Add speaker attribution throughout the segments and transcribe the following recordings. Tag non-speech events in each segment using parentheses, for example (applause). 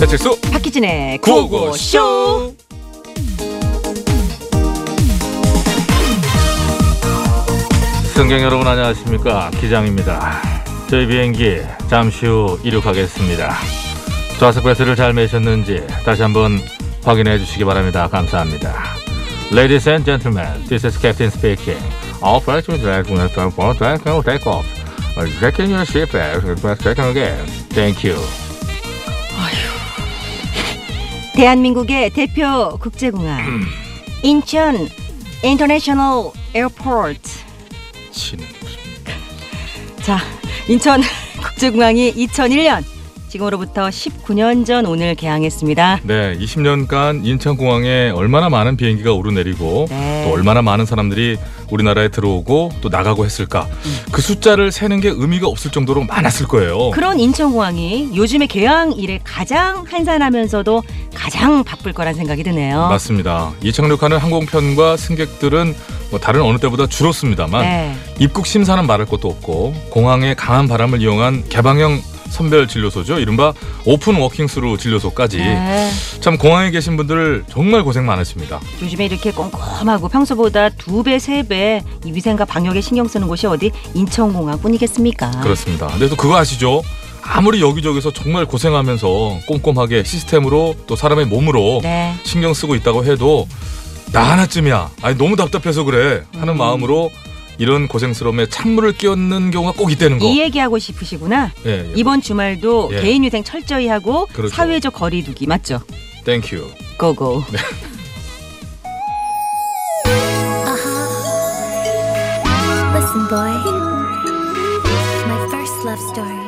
Speaker 1: 배칠수
Speaker 2: 박희진의 구호고쇼.
Speaker 1: 구호고쇼
Speaker 3: 승객 여러분 안녕하십니까 기장입니다 저희 비행기 잠시 후 이륙하겠습니다 좌석 배수를 잘 매셨는지 다시 한번 확인해 주시기 바랍니다 감사합니다 Ladies and gentlemen, this is Captain speaking. All flights will drag when it's time for take off. Take off. Checking your seatbelt. Let's check again. Thank you.
Speaker 2: 대한민국의 대표 국제공항
Speaker 3: 음.
Speaker 2: 인천 인터내셔널 에어포트.
Speaker 3: 치는
Speaker 2: 자, 인천 (laughs) 국제공항이 2001년 지금으로부터 19년 전 오늘 개항했습니다.
Speaker 3: 네, 20년간 인천공항에 얼마나 많은 비행기가 오르내리고
Speaker 2: 네.
Speaker 3: 또 얼마나 많은 사람들이 우리나라에 들어오고 또 나가고 했을까. 그 숫자를 세는 게 의미가 없을 정도로 많았을 거예요.
Speaker 2: 음. 그런 인천공항이 요즘의 개항 이래 가장 한산하면서도 가장 바쁠 거란 생각이 드네요.
Speaker 3: 맞습니다. 이 착륙하는 항공편과 승객들은 뭐 다른 어느 때보다 줄었습니다만
Speaker 2: 네.
Speaker 3: 입국 심사는 말할 것도 없고 공항의 강한 바람을 이용한 개방형 선별 진료소죠. 이른바 오픈 워킹스루 진료소까지
Speaker 2: 네.
Speaker 3: 참 공항에 계신 분들 정말 고생 많으십니다.
Speaker 2: 요즘에 이렇게 꼼꼼하고 평소보다 두 배, 세 배 이 위생과 방역에 신경 쓰는 곳이 어디 인천공항뿐이겠습니까?
Speaker 3: 그렇습니다. 근데 또 그거 아시죠? 아무리 여기저기서 정말 고생하면서 꼼꼼하게 시스템으로 또 사람의 몸으로
Speaker 2: 네.
Speaker 3: 신경 쓰고 있다고 해도 나 하나쯤이야. 아니 너무 답답해서 그래 하는
Speaker 2: 음.
Speaker 3: 마음으로 이런 고생스러움에 찬물을 끼얹는 경우가 꼭 있다는 거.
Speaker 2: 이 얘기하고 싶으시구나.
Speaker 3: 예, 예.
Speaker 2: 예. 이번 주말도
Speaker 3: 어. 예.
Speaker 2: 개인 위생 철저히 하고
Speaker 3: 그렇죠.
Speaker 2: 사회적 거리두기 맞죠?
Speaker 3: 땡큐.
Speaker 2: 고고.
Speaker 3: 네.
Speaker 4: Uh-huh. Listen, boy. My first love story.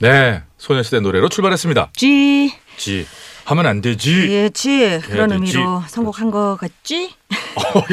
Speaker 3: 네, 소녀시대 노래로 출발했습니다.
Speaker 2: 쥐.
Speaker 3: 지 하면 안 (laughs) 되지.
Speaker 2: 예치 그런
Speaker 3: 해야 되지. 그렇죠.
Speaker 2: 의미로 선곡한 것 같지?
Speaker 3: 어,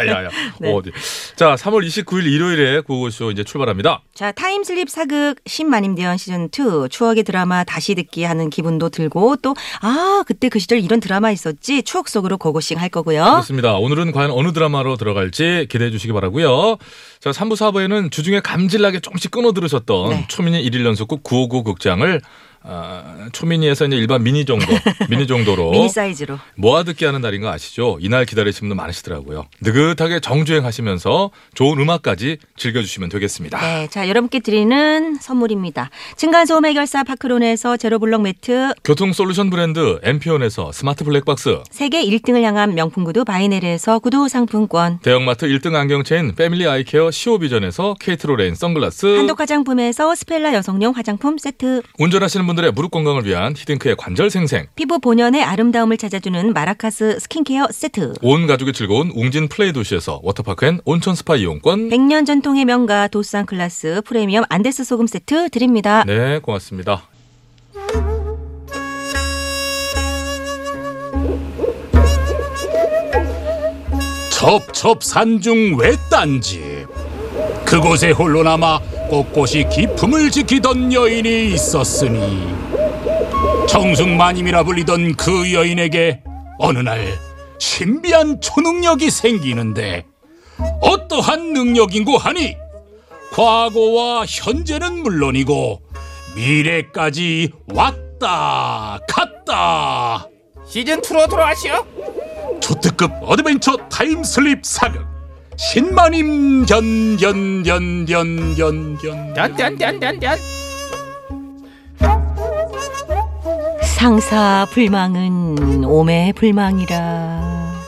Speaker 3: 야야야.
Speaker 2: (laughs) 네.
Speaker 3: 어디? 자, 3월 29일 일요일에 구호쇼 이제 출발합니다.
Speaker 2: 자 타임슬립 사극 신마님대원 시즌 2 추억의 드라마 다시 듣기 하는 기분도 들고 또 아 그때 그 시절 이런 드라마 있었지 추억 속으로 고고싱 할 거고요.
Speaker 3: 그렇습니다. 오늘은 과연 어느 드라마로 들어갈지 기대해 주시기 바라고요. 자, 3부 4부에는 주중에 감질나게 조금씩 끊어 들으셨던
Speaker 2: 네.
Speaker 3: 초미니 일일 연속극 959 극장을 아, 초미니에서 이제 일반 미니
Speaker 2: (laughs)
Speaker 3: 정도, 미니 정도로
Speaker 2: 미니 사이즈로.
Speaker 3: 모아 듣기 하는 날인 거 아시죠? 이날 기다리시는 분 많으시더라고요. 느긋하게 정주행 하시면서 좋은 음악까지 즐겨 주시면 되겠습니다.
Speaker 2: 네, 자 여러분께 드리는 선물입니다. 층간소음 해결사 파크론에서 제로블럭 매트,
Speaker 3: 교통 솔루션 브랜드 엠피온에서 스마트 블랙박스,
Speaker 2: 세계 1등을 향한 명품 구두 바이넬에서 구두 상품권,
Speaker 3: 대형마트 1등 안경 체인 패밀리 아이케어 시오비전에서 케이트로레인 선글라스,
Speaker 2: 한독 화장품에서 스펠라 여성용 화장품 세트,
Speaker 3: 운전하시는 분들의 무릎 건강을 위한 히딩크의 관절 생생,
Speaker 2: 피부 본연의 아름다움을 찾아주는 마라카스 스킨케어 세트.
Speaker 3: 온 가족이 즐거운 웅진 플레이 도시에서 워터파크 앤 온천 스파 이용권.
Speaker 2: 100년 전통의 명가 도산 클라스 프리미엄 안데스 소금 세트 드립니다.
Speaker 3: 네, 고맙습니다.
Speaker 5: 첩첩 산중 외딴집 그곳에 홀로 남아 꼿꼿이 기품을 지키던 여인이 있었으니 정승마님이라 불리던 그 여인에게 어느 날 신비한 초능력이 생기는데 어떠한 능력인고 하니 과거와 현재는 물론이고 미래까지 왔다 갔다
Speaker 6: 시즌 2로 돌아가시오.
Speaker 5: 초특급 어드벤처 타임슬립 사극 신마님 견견견견견견
Speaker 6: 딴딴딴딴딴.
Speaker 2: 상사 불망은 오매 불망이라.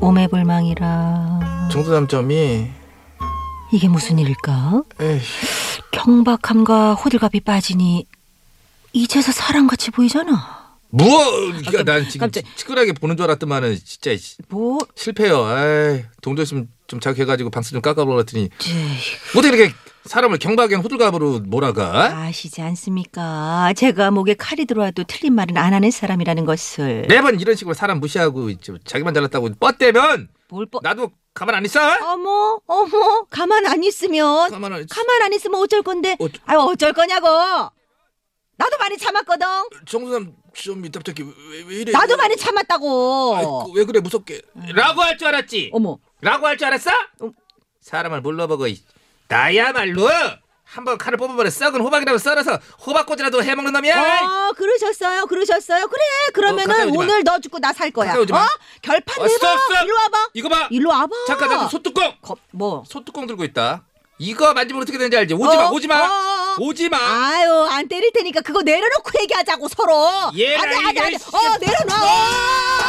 Speaker 2: 오매 불망이라.
Speaker 6: 정도 남점이
Speaker 2: 이게 무슨 일일까?
Speaker 6: 에이,
Speaker 2: 경박함과 호들갑이 빠지니 이제서 사람같이 보이잖아.
Speaker 6: 뭐? 그러니까
Speaker 2: 깜-
Speaker 6: 난 지금
Speaker 2: 깜짝-
Speaker 6: 치근하게 보는 줄 알았더만은 진짜 씨,
Speaker 2: 뭐?
Speaker 6: 실패요. 에이, 동조 있으면 좀 자극해가지고 방수 좀 깎아보려 했더니
Speaker 2: 이제
Speaker 6: 어떻게 이렇게 사람을 경박엔 호들갑으로 몰아가?
Speaker 2: 아시지 않습니까? 제가 목에 칼이 들어와도 틀린 말은 안 하는 사람이라는 것을.
Speaker 6: 네 매번 이런 식으로 사람 무시하고 이제 자기만 잘났다고 뻗대면
Speaker 2: 뭘 뻔.
Speaker 6: 나도 가만 안 있어.
Speaker 2: 어머, 어머, 가만 안 있으면
Speaker 6: 가만 안 있어.
Speaker 2: 가만 안 있으면 어쩔 건데?
Speaker 6: 어쩌-
Speaker 2: 아유 어쩔 거냐고. 나도 많이 참았거든.
Speaker 6: 정수남 좀 이따 갑자기 왜, 왜 이래?
Speaker 2: 나도 많이 참았다고.
Speaker 6: 네, 아이고, 왜 그래 무섭게? 라고 할 줄 알았지.
Speaker 2: 어머,
Speaker 6: 라고 할 줄 알았어?
Speaker 2: 음.
Speaker 6: 사람을 물러보고 이- 나야말로 한번 칼을 뽑아버려 썩은 호박이라도 썰어서 호박꽃이라도 해먹는 놈이야
Speaker 1: 어, 그러셨어요. 그러셨어요. 그래.
Speaker 6: 네. 가까이
Speaker 1: 그러면은
Speaker 6: 오지 마.
Speaker 1: 오늘 너 죽고 나 살 거야.
Speaker 6: 가까이 오지 마.
Speaker 1: 어? 결판
Speaker 6: 어,
Speaker 1: 내봐.
Speaker 6: 스톱, 스톱.
Speaker 1: 이리 와봐.
Speaker 6: 이거 봐
Speaker 1: 일로 와봐.
Speaker 6: 잠깐 잠깐 소뚜껑
Speaker 1: 겁- 뭐?
Speaker 6: 소뚜껑 들고 있다 이거 만지면 어떻게 되는지 알지 오지마
Speaker 1: 어?
Speaker 6: 오지마
Speaker 1: 어, 어, 어.
Speaker 6: 오지마
Speaker 1: 아유, 안 때릴 테니까 그거 내려놓고 얘기하자고 서로.
Speaker 6: 얘라,
Speaker 1: 안돼, 안돼,
Speaker 6: 이거,
Speaker 1: 안돼.
Speaker 6: 씨.
Speaker 1: 어,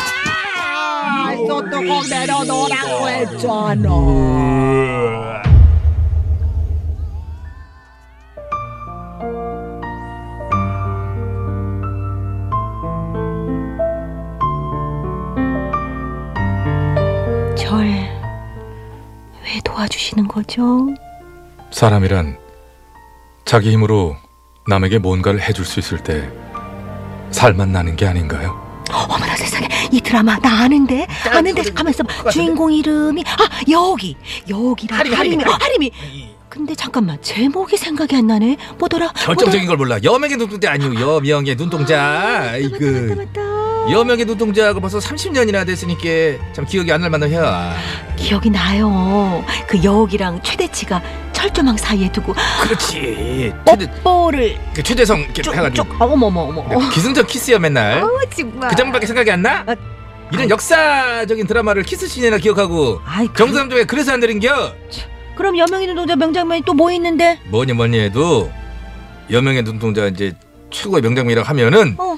Speaker 1: 내려놔. 소뚜껑 내려놓으라고 했잖아.
Speaker 2: 절 왜 도와주시는 거죠?
Speaker 3: 사람이란 자기 힘으로 남에게 뭔가를 해줄 수 있을 때 살만 나는 게 아닌가요?
Speaker 2: 어머나 세상에 이 드라마 나 아는데 아는데 가만 있어봐 주인공 이름이 아 여기 여기랑
Speaker 6: 하림이,
Speaker 2: 하림이
Speaker 6: 하림이.
Speaker 2: 어, 하림이 근데 잠깐만 제목이 생각이 안 나네 뭐더라
Speaker 1: 어.
Speaker 6: 결정적인 걸 몰라 여명의 눈동자 아니고 여명의
Speaker 1: 아.
Speaker 6: 눈동자
Speaker 2: 뭐더라? 맞다
Speaker 6: 이거
Speaker 2: 맞다 맞다
Speaker 6: 여명의 뭐 눈동자가 벌써 30년이나 됐으니까 참 기억이 안 날 만한 해야
Speaker 2: 기억이 나요 그 여기랑 최대치가 철조망 사이에 두고
Speaker 6: 그렇지 최대,
Speaker 2: 뽀뽀를
Speaker 6: 그 최재성 이렇게 해가지고
Speaker 2: 쭉쭉 어머머머 어머
Speaker 6: 기승전 키스야 맨날
Speaker 2: 정말
Speaker 6: 그 장면밖에 생각이 안 나?
Speaker 2: 아,
Speaker 6: 이런 역사적인 드라마를 키스씬이나 기억하고
Speaker 2: 아이 그,
Speaker 6: 정상조에 그래서 안 되는겨
Speaker 2: 그럼 여명이 눈동자 명장면이 또 뭐 있는데
Speaker 6: 뭐니 뭐니 해도 여명의 눈동자 이제 최고의 명장면이라고 하면은
Speaker 2: 어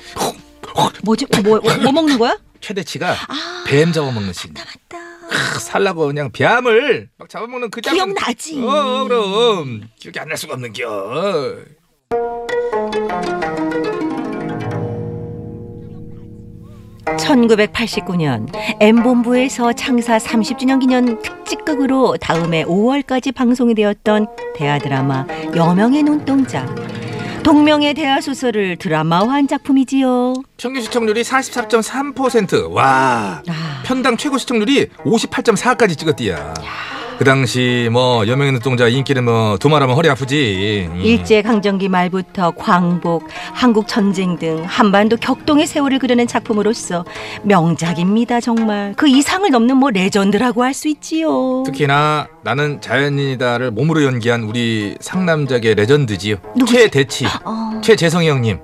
Speaker 2: 뭐지 뭐, 뭐, 뭐 먹는 거야
Speaker 6: 최대치가
Speaker 2: 아
Speaker 6: 뱀 잡아먹는 씬
Speaker 2: 맞다
Speaker 6: 크, 살라고 그냥 뱀을 막 잡아먹는 그 장면
Speaker 2: 기억나지
Speaker 6: 어 그럼 기억이 안 날 수가 없는겨
Speaker 2: (1989년) M본부에서 창사 (30주년) 기념 특집극으로 다음해 (5월까지) 방송이 되었던 대하 드라마 여명의 눈동자 동명의 대하 소설을 드라마화한 작품이지요
Speaker 6: 평균 시청률이 44.3%와
Speaker 2: 아,
Speaker 6: 편당 최고 시청률이 58.4까지 찍었디야. 그 당시 뭐 여명의 눈동자 인기는 뭐 도말하면 허리 아프지. 음.
Speaker 2: 일제 강점기 말부터 광복 한국 전쟁 등 한반도 격동의 세월을 그려낸 작품으로서 명작입니다 정말 그 이상을 넘는 뭐 레전드라고 할 수 있지요
Speaker 6: 특히나 나는 자연인이다를 몸으로 연기한 우리 상남작의 레전드지요.
Speaker 2: 누구지?
Speaker 6: 최대치,
Speaker 2: 어.
Speaker 6: 최재성이 형님.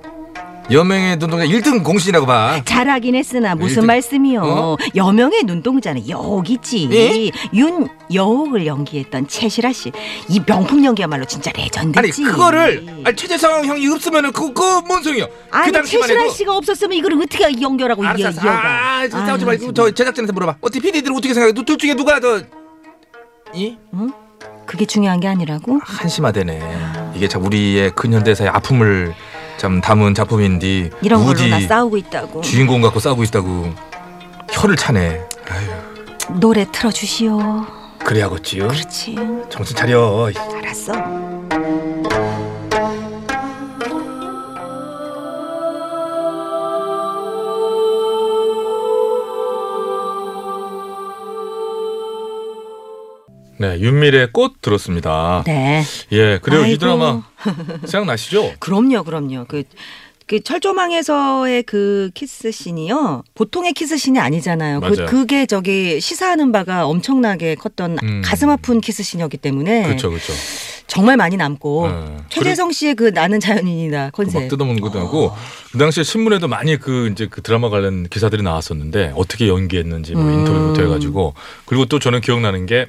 Speaker 6: 여명의 눈동자 1등 공신이라고 봐.
Speaker 2: 잘하긴 했으나 무슨
Speaker 6: 일등-
Speaker 2: 말씀이요?
Speaker 6: 네, 어?
Speaker 2: 여명의 눈동자는 여기지.
Speaker 6: 예?
Speaker 2: 윤여옥을 연기했던 최실아 씨. 이 명품 연기야말로 진짜
Speaker 6: 아니
Speaker 2: 레전드지.
Speaker 6: 그거를 아니, 최재성 형이 없으면은 그거 그뭔 소용이야?
Speaker 2: 아니,
Speaker 6: 그 당시만
Speaker 2: 최실아
Speaker 6: 해도
Speaker 2: 씨가 없었으면 이걸 어떻게 연결하고 이어
Speaker 6: 알았어, 알았어.
Speaker 2: 이어가.
Speaker 6: 아, 아, 싸우지
Speaker 2: 아, 정말.
Speaker 6: 말고 저 제작진한테 물어봐. 어떻게 PD들 어떻게 생각해? 너둘 중에 누가 더 이?
Speaker 2: 그게 중요한 게 아니라고?
Speaker 6: 한심화되네. 이게 참 우리의 근현대사의 아픔을 참 담은 작품인데
Speaker 2: 이런 걸로
Speaker 6: 우디
Speaker 2: 나 싸우고 있다고.
Speaker 6: 주인공 갖고 싸우고 있다고 혀를 차네.
Speaker 2: 노래 틀어 주시오.
Speaker 6: 그래야겠지요.
Speaker 2: 그렇지.
Speaker 6: 정신 차려.
Speaker 2: 알았어.
Speaker 3: 네, 윤미래의 꽃 들었습니다.
Speaker 2: 네.
Speaker 3: 예, 그래요 이
Speaker 2: 아이고.
Speaker 3: 드라마 생각나시죠?
Speaker 2: 그럼요, 그럼요. 그, 그 철조망에서의 그 키스 씬이요. 보통의 키스 씬이 아니잖아요. 그,
Speaker 3: 맞아요.
Speaker 2: 그게 저기 시사하는 바가 엄청나게 컸던
Speaker 3: 음.
Speaker 2: 가슴 아픈 키스 씬이었기 때문에
Speaker 3: 그렇죠, 그렇죠.
Speaker 2: 정말 많이 남고
Speaker 3: 네.
Speaker 2: 최재성 씨의 그 나는 자연인이다
Speaker 3: 그막
Speaker 2: 컨셉.
Speaker 3: 뜯어먹는 것도 하고 그 당시에 신문에도 많이 그 이제 그 드라마 관련 기사들이 나왔었는데 어떻게 연기했는지 뭐
Speaker 2: 음.
Speaker 3: 인터뷰부터 해가지고 그리고 또 저는 기억나는 게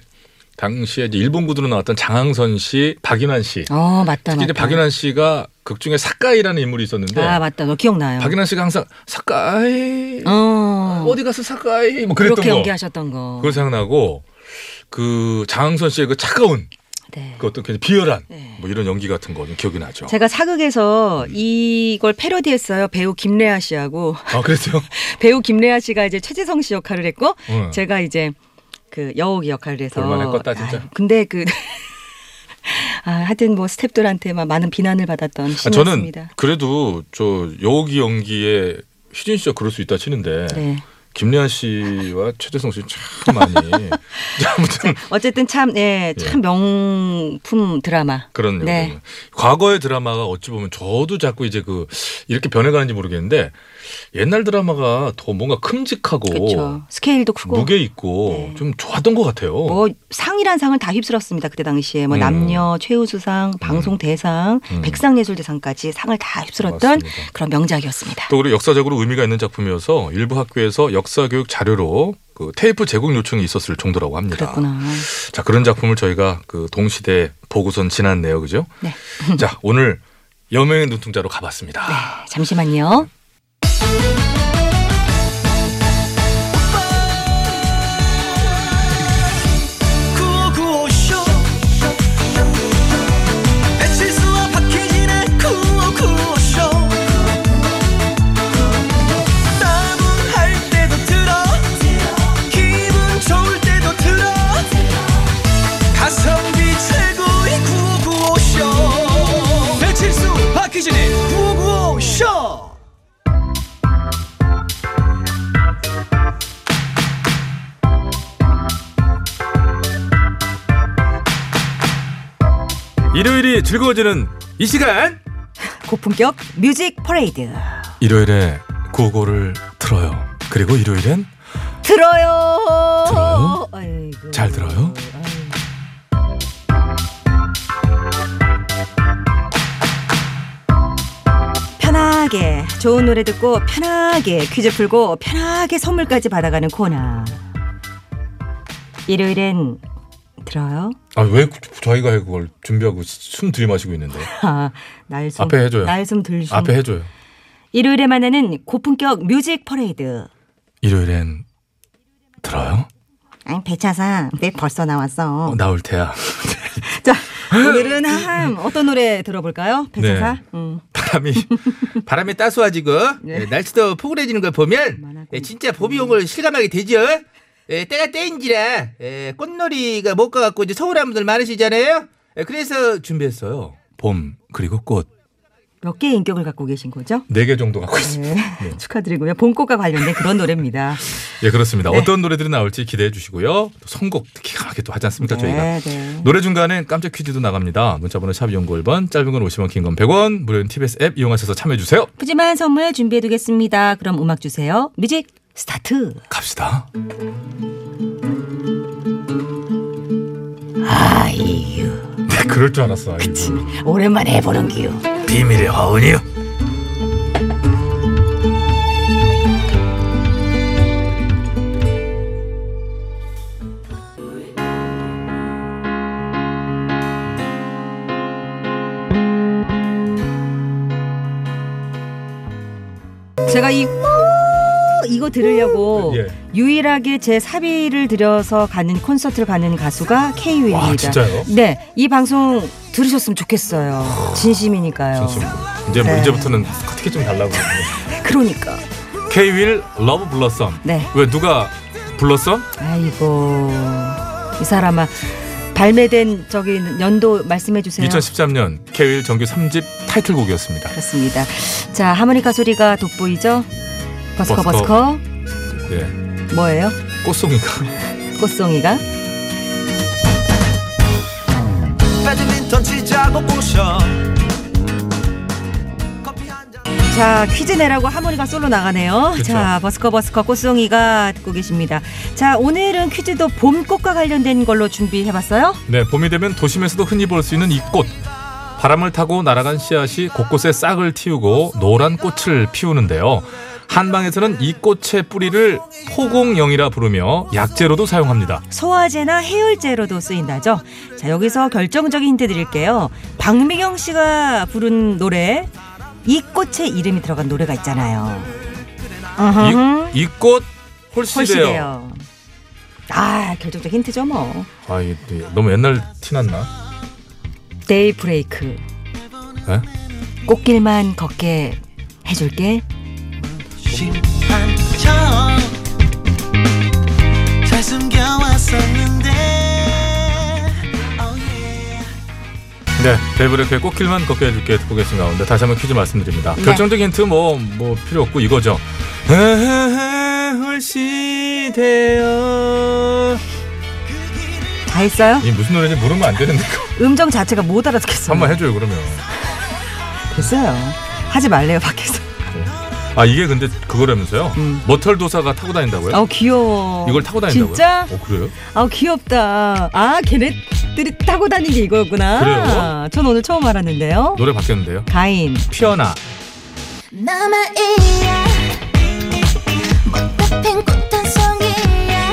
Speaker 3: 당시에 이제 일본 구두로 나왔던 장항선 씨, 박인환 씨.
Speaker 2: 어 맞다
Speaker 3: 특히
Speaker 2: 맞다.
Speaker 3: 이제 박인환 씨가 극 중에 사카이라는 인물이 있었는데
Speaker 2: 아 맞다, 너 기억나요.
Speaker 3: 박인환 씨가 항상 사카이
Speaker 2: 어
Speaker 3: 어디 가서 사카이 뭐 그랬던
Speaker 2: 그렇게
Speaker 3: 거.
Speaker 2: 연기하셨던 거.
Speaker 3: 그거 생각나고 그 장항선 씨의 그 차가운
Speaker 2: 네.
Speaker 3: 그 어떤 굉장히 비열한
Speaker 2: 네.
Speaker 3: 뭐 이런 연기 같은 거좀 기억이 나죠.
Speaker 2: 제가 사극에서 이걸 패러디했어요. 배우 김래아 씨하고
Speaker 3: 아 그랬어요?
Speaker 2: 배우 김래아 씨가 이제 최재성 씨 역할을 했고
Speaker 3: 응.
Speaker 2: 제가 이제 그 여옥 역할을 해서
Speaker 3: 볼만할 것 같다, 진짜.
Speaker 2: 아유, 근데 그 (laughs) 아, 하여튼 뭐 스탭들한테 막 많은 비난을 받았던
Speaker 3: 아, 저는
Speaker 2: 신이었습니다.
Speaker 3: 그래도 저 여기 연기에 희진 씨가 그럴 수 있다 치는데
Speaker 2: 네.
Speaker 3: 김래한 씨와 최재성 씨 참
Speaker 2: (laughs)
Speaker 3: 많이 (laughs) 아무튼
Speaker 2: 어쨌든 참, 예, 참 명품 드라마.
Speaker 3: 그런 요
Speaker 2: 네.
Speaker 3: 과거의 드라마가 어찌 보면 저도 자꾸 이제 그 이렇게 변해가는지 모르겠는데 옛날 드라마가 더 뭔가 큼직하고
Speaker 2: 그렇죠. 스케일도 크고. 네.
Speaker 3: 무게 있고 좀 좋았던 것 같아요.
Speaker 2: 뭐 상이란 상을 다 휩쓸었습니다. 그때 당시에 뭐
Speaker 3: 음.
Speaker 2: 남녀 최우수상, 방송 대상,
Speaker 3: 음.
Speaker 2: 백상예술대상까지 상을 다 휩쓸었던
Speaker 3: 맞습니다.
Speaker 2: 그런 명작이었습니다.
Speaker 3: 또 그리고 역사적으로 의미가 있는 작품이어서 일부 학교에서 역사 교육 자료로 그 테이프 제공 요청이 있었을 정도라고 합니다.
Speaker 2: 그랬구나.
Speaker 3: 자 그런 작품을 저희가 그 동시대 보고선 지났네요,
Speaker 2: (laughs)
Speaker 3: 그죠?
Speaker 2: 네.
Speaker 3: 자 오늘 여명의 눈동자로 가봤습니다.
Speaker 2: 잠시만요.
Speaker 7: 배칠수와 박해진의 구호구호쇼 따분할 때도 들어 기분 좋을 때도 들어 가성비 최고의 구호구호쇼 배칠수 박해진의 구호구호쇼
Speaker 2: 네.
Speaker 6: 일요일이 즐거워지는 이 시간
Speaker 2: 고품격 뮤직 퍼레이드.
Speaker 3: 일요일에 구호고를 틀어요. 그리고 일요일엔
Speaker 2: 들어요.
Speaker 3: 들어요?
Speaker 2: 아이고.
Speaker 3: 잘 들어요?
Speaker 2: 편하게 좋은 노래 듣고 편하게 퀴즈 풀고 편하게 선물까지 받아가는 코너. 일요일엔 들어요.
Speaker 3: 아 왜 저희가 그걸 준비하고 숨 들이마시고
Speaker 2: (laughs)
Speaker 3: 있는데
Speaker 2: 아, 날숨
Speaker 3: 앞에 해줘요.
Speaker 2: 날숨 들숨.
Speaker 3: 앞에 해줘요.
Speaker 2: 일요일에 만나는 고품격 뮤직 퍼레이드.
Speaker 3: 일요일엔 들어요?
Speaker 2: 아니 배차사, 내 네, 벌써 나왔어.
Speaker 3: 어, 나올 테야. (laughs)
Speaker 2: 자, 오늘은 함 어떤 노래 들어볼까요? 배차사.
Speaker 3: 네.
Speaker 2: 음.
Speaker 6: 바람이 바람이 따스워지고
Speaker 2: 네.
Speaker 6: 예, 날씨도 포근해지는 걸 보면
Speaker 2: 만화가
Speaker 6: 예, 진짜 봄이 온 걸 실감하게 되죠. 예, 때가 때인지라 예, 꽃놀이가 못 가갖고 이제 서운한 분들 많으시잖아요. 예, 그래서 준비했어요.
Speaker 3: 봄 그리고 꽃 네 개
Speaker 2: 몇 개의 인격을 갖고 계신 거죠?
Speaker 3: 정도 갖고 있습니다.
Speaker 2: 네. 축하드리고요. 봄꽃과 관련된 그런 노래입니다.
Speaker 3: 예 그렇습니다.
Speaker 2: 네.
Speaker 3: 어떤 노래들이 나올지 기대해 주시고요. 또 선곡 기가 막히게 또 하지 않습니까 저희가.
Speaker 2: 네, 네.
Speaker 3: 노래 중간에 깜짝 퀴즈도 나갑니다. 문자번호 샵 연구 1번 짧은 건 50원 긴 건 100원 무료인 TBS 앱 이용하셔서 참여해 주세요.
Speaker 2: 푸짐한 선물 준비해두겠습니다. 그럼 음악 주세요. 뮤직 스타트.
Speaker 3: 갑시다.
Speaker 2: 아이유.
Speaker 3: 네, 그럴 줄 알았어. 아이고.
Speaker 2: 오랜만에 해보는 기요.
Speaker 6: 비밀의 화원이요.
Speaker 2: 제가 이 우- 이거 들으려고
Speaker 3: 예.
Speaker 2: 유일하게 제 사비를 들여서 가는 콘서트를 가는 가수가 k u 입니다
Speaker 3: 와 진짜요?
Speaker 2: 네, 이 방송 들으셨으면 좋겠어요. 진심이니까요.
Speaker 3: 좋습니다. 이제 뭐
Speaker 2: 네.
Speaker 3: 이제부터는 티켓 좀 달라고.
Speaker 2: 그러니까.
Speaker 3: K-Will Love Blossom.
Speaker 2: 네.
Speaker 3: 왜 누가 불렀어?
Speaker 2: 아이고 이 사람아 발매된 저기 연도 말씀해 주세요.
Speaker 3: 2013년 K-Will 정규 3집 타이틀곡이었습니다.
Speaker 2: 그렇습니다. 자 하모니카 소리가 돋보이죠. 버스커
Speaker 3: 버스커.
Speaker 2: 버스커,
Speaker 3: 예.
Speaker 2: 뭐예요?
Speaker 3: 꽃송이가
Speaker 2: 꽃송이가
Speaker 7: 배드민턴 치자고 부셔 커피 한잔
Speaker 2: 자 퀴즈 내라고 하모니카 솔로 나가네요.
Speaker 3: 그쵸.
Speaker 2: 자 버스커 버스커 꽃송이가 듣고 계십니다. 자 오늘은 퀴즈도 봄꽃과 관련된 걸로 준비해봤어요.
Speaker 3: 네, 봄이 되면 도심에서도 흔히 볼 수 있는 이 꽃. 바람을 타고 날아간 씨앗이 곳곳에 싹을 틔우고 노란 꽃을 피우는데요. 한방에서는 이 꽃의 뿌리를 포공영이라 부르며 약재로도 사용합니다.
Speaker 2: 소화제나 해열제로도 쓰인다죠. 자 여기서 결정적인 힌트 드릴게요. 박미경 씨가 부른 노래 이 꽃의 이름이 들어간 노래가 있잖아요. 으흠.
Speaker 3: 이, 이 꽃 홀씨래요.
Speaker 2: 홀씨래요. 아 결정적 힌트죠 뭐.
Speaker 3: 아, 이게 너무 옛날 티났나?
Speaker 2: 데이브레이크
Speaker 3: 네?
Speaker 2: 꽃길만 걷게 해줄게.
Speaker 7: 심판처럼 잘 숨겨왔었는데 oh yeah.
Speaker 3: 네, 데이브레이크의 꽃길만 걷게 해줄게 듣고 계신 가운데 다시 네. 한번 퀴즈 말씀드립니다. 결정적인 힌트 뭐, 뭐 필요 없고 이거죠. 에헤헤, 것이 되어
Speaker 2: 다 했어요?
Speaker 3: 이 무슨 노래인지 모르면 안 되는데
Speaker 2: 음정 자체가 못 알아듣겠어요.
Speaker 3: 한번 해줘요 그러면
Speaker 2: 됐어요. 하지 말래요 밖에서.
Speaker 3: 아 이게 근데 그거라면서요
Speaker 2: 음.
Speaker 3: 모털 도사가 타고 다닌다고요?
Speaker 2: 아우 귀여워.
Speaker 3: 이걸 타고 다닌다고요?
Speaker 2: 진짜?
Speaker 3: 어 그래요?
Speaker 2: 아우 귀엽다. 아 걔네들이 타고 다니는 게 이거였구나.
Speaker 3: 그래요?
Speaker 2: 전 오늘 처음 알았는데요.
Speaker 3: 노래 바뀌었는데요
Speaker 2: 가인.
Speaker 3: 피어나
Speaker 4: 남아이야 못다 핀꽃한 송이야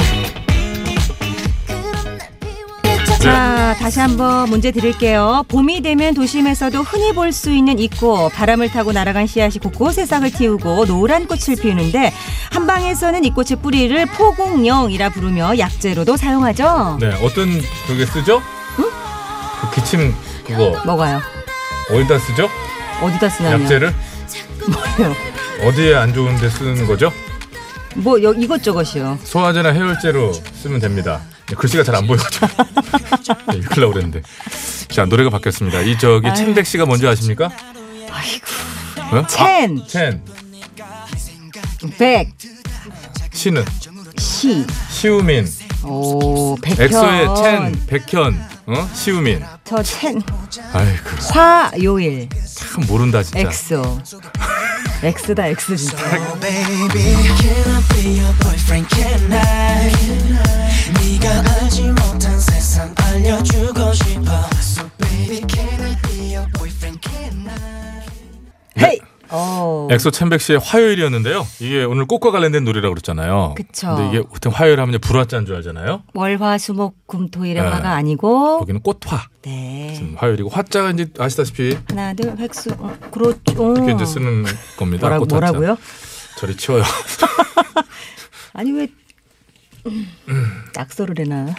Speaker 4: 그럼 날 비워
Speaker 3: 네.
Speaker 2: 자, 다시 한번 문제 드릴게요. 봄이 되면 도심에서도 흔히 볼 수 있는 있고 바람을 타고 날아간 씨앗이 곳곳에 싹을 틔우고 노란 꽃을 피우는데 한방에서는 이 꽃의 뿌리를 포공령이라 부르며 약재로도 사용하죠.
Speaker 3: 네 어떤 그게 쓰죠? 그 기침 그거
Speaker 2: 먹어요.
Speaker 3: 어디다 쓰죠?
Speaker 2: 어디다 쓰냐면
Speaker 3: 약재를
Speaker 2: 뭐요?
Speaker 3: 어디에 안 좋은데 쓰는 거죠?
Speaker 2: (laughs) 뭐 여- 이것저것이요.
Speaker 3: 소화제나 해열제로 쓰면 됩니다. 글씨가 잘 안
Speaker 2: (laughs)
Speaker 3: 보여가지고 네, 읽으려고 그랬는데 자 노래가 바뀌었습니다. 이 저기 첸백 씨가 뭔지 아십니까? 아이고 어?
Speaker 2: 첸,
Speaker 3: 아, 첸
Speaker 2: 백,
Speaker 3: 씨는
Speaker 2: 시,
Speaker 3: 시우민
Speaker 2: 오, 백현,
Speaker 3: 엑소의 첸 백현 어 시우민
Speaker 2: 저 첸,
Speaker 3: 아이고
Speaker 2: 화요일,
Speaker 3: 참 모른다 진짜
Speaker 2: 엑소, 엑스다 엑스 진짜.
Speaker 7: baby Can I be your boyfriend can I 네가 알지 못한 세상 알려주고 싶어 So baby can I be your boyfriend can I
Speaker 2: 헤이, 어,
Speaker 3: 엑소 첸백 씨의 화요일이었는데요. 이게 오늘 꽃과 관련된 노래라고 그랬잖아요.
Speaker 2: 그쵸.
Speaker 3: 근데 이게 보통 화요일 하면 이제 불화자인 줄 알잖아요.
Speaker 2: 월화수목금토일의
Speaker 3: 네.
Speaker 2: 화가 아니고,
Speaker 3: 거기는 꽃화
Speaker 2: 네,
Speaker 3: 지금 화요일이고 화자가 이제 아시다시피
Speaker 2: 하나 둘 백수, 어, 그렇죠.
Speaker 3: 이렇게 이제 쓰는 겁니다.
Speaker 2: 뭐라고,
Speaker 3: 꽃화자.
Speaker 2: 뭐라고요?
Speaker 3: 저리 치워요. (laughs)
Speaker 2: 아니 왜 음, 낙서를 해나?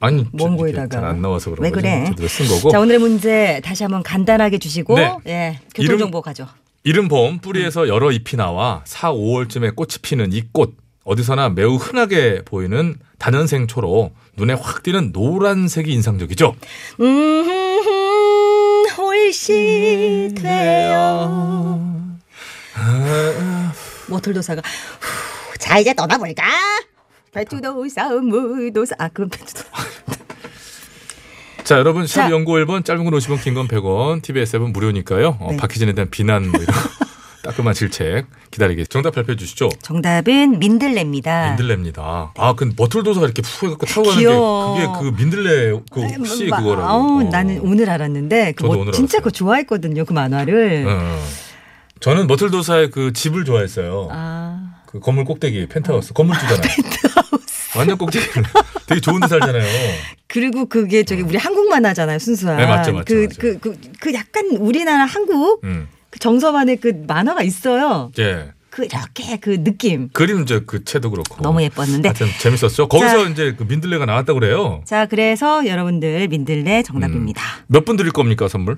Speaker 3: 아니
Speaker 2: 먼 곳에다가.
Speaker 3: 잘안 나와서 그런
Speaker 2: 왜
Speaker 3: 거지.
Speaker 2: 그래?
Speaker 3: 제대로 쓴 거고.
Speaker 2: 자 오늘의 문제 다시 한번 간단하게 주시고
Speaker 3: 네.
Speaker 2: 예
Speaker 3: 이름-
Speaker 2: 교통 정보 가죠.
Speaker 3: 이른 봄 뿌리에서 여러 잎이 나와 4, 5월쯤에 꽃이 피는 이 꽃. 어디서나 매우 흔하게 보이는 단연생초로 눈에 확 띄는 노란색이 인상적이죠.
Speaker 2: 음,
Speaker 3: 음,
Speaker 2: 홀씨 돼요.
Speaker 3: 아,
Speaker 2: 모털도사가 후, 자 이제 떠나볼까? 배추도사 무도사 아 그건 배추도사
Speaker 3: 자, 여러분 샵
Speaker 2: 자.
Speaker 3: 연구 1번 짧은 건 50원, 긴 건 100원, TBS 앱은 무료니까요. 어,
Speaker 2: 네.
Speaker 3: 박희진에 대한 비난 뭐
Speaker 2: (laughs)
Speaker 3: 이런 따끔한 질책 기다리겠습니다. 정답 발표해 주시죠.
Speaker 2: 정답은 민들레입니다.
Speaker 3: 민들레입니다. 아, 근데 머털도사가 이렇게 푹 해갖고 타고 가는
Speaker 2: 네. 귀여워. 뭐
Speaker 3: 게 그게 그 민들레 그 혹시
Speaker 2: 마-
Speaker 3: 그거라고.
Speaker 2: 아우,
Speaker 3: 어.
Speaker 2: 나는 오늘 알았는데 그
Speaker 3: 저도
Speaker 2: 뭐-
Speaker 3: 오늘
Speaker 2: 진짜
Speaker 3: 알았어요.
Speaker 2: 그거 좋아했거든요 그 만화를.
Speaker 3: 어. 저는 머틀도사의 그 집을 좋아했어요.
Speaker 2: 아
Speaker 3: 그 건물 꼭대기 펜트하우스
Speaker 2: (laughs)
Speaker 3: 건물주잖아요. 펜트하우스. 완전 꼭대기. 되게 좋은 데 살잖아요.
Speaker 2: 그리고 그게 저기 우리 한국 만화잖아요 순수한.
Speaker 3: 네, 맞죠, 맞죠,
Speaker 2: 그,
Speaker 3: 맞죠.
Speaker 2: 그, 그, 그 약간 우리나라 한국
Speaker 3: 음.
Speaker 2: 그 정서만의 그 만화가 있어요.
Speaker 3: 이제
Speaker 2: 그 이렇게 그 느낌
Speaker 3: 그림 이제 그 채도 그렇고.
Speaker 2: 너무 예뻤는데.
Speaker 3: 하여튼 재밌었죠. 거기서
Speaker 2: 자.
Speaker 3: 이제 그 민들레가 나왔다고 그래요.
Speaker 2: 자 그래서 여러분들 민들레 정답입니다.
Speaker 3: 몇 분 드릴 겁니까 선물?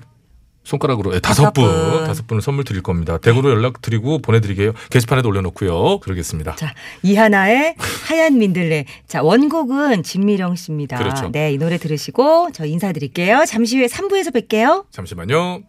Speaker 3: 손가락으로 예, 다섯
Speaker 2: 다섯
Speaker 3: 분
Speaker 2: 분.
Speaker 3: 다섯 분을 선물 드릴 겁니다. 대구로 연락 드리고 보내드리게요. 게시판에도 올려놓고요. 그러겠습니다.
Speaker 2: 자 이하나의 하얀 민들레. 자 원곡은 진미령 씨입니다.
Speaker 3: 그렇죠.
Speaker 2: 네 이 노래 들으시고 저 인사드릴게요. 잠시 후에 3부에서 뵐게요.
Speaker 3: 잠시만요.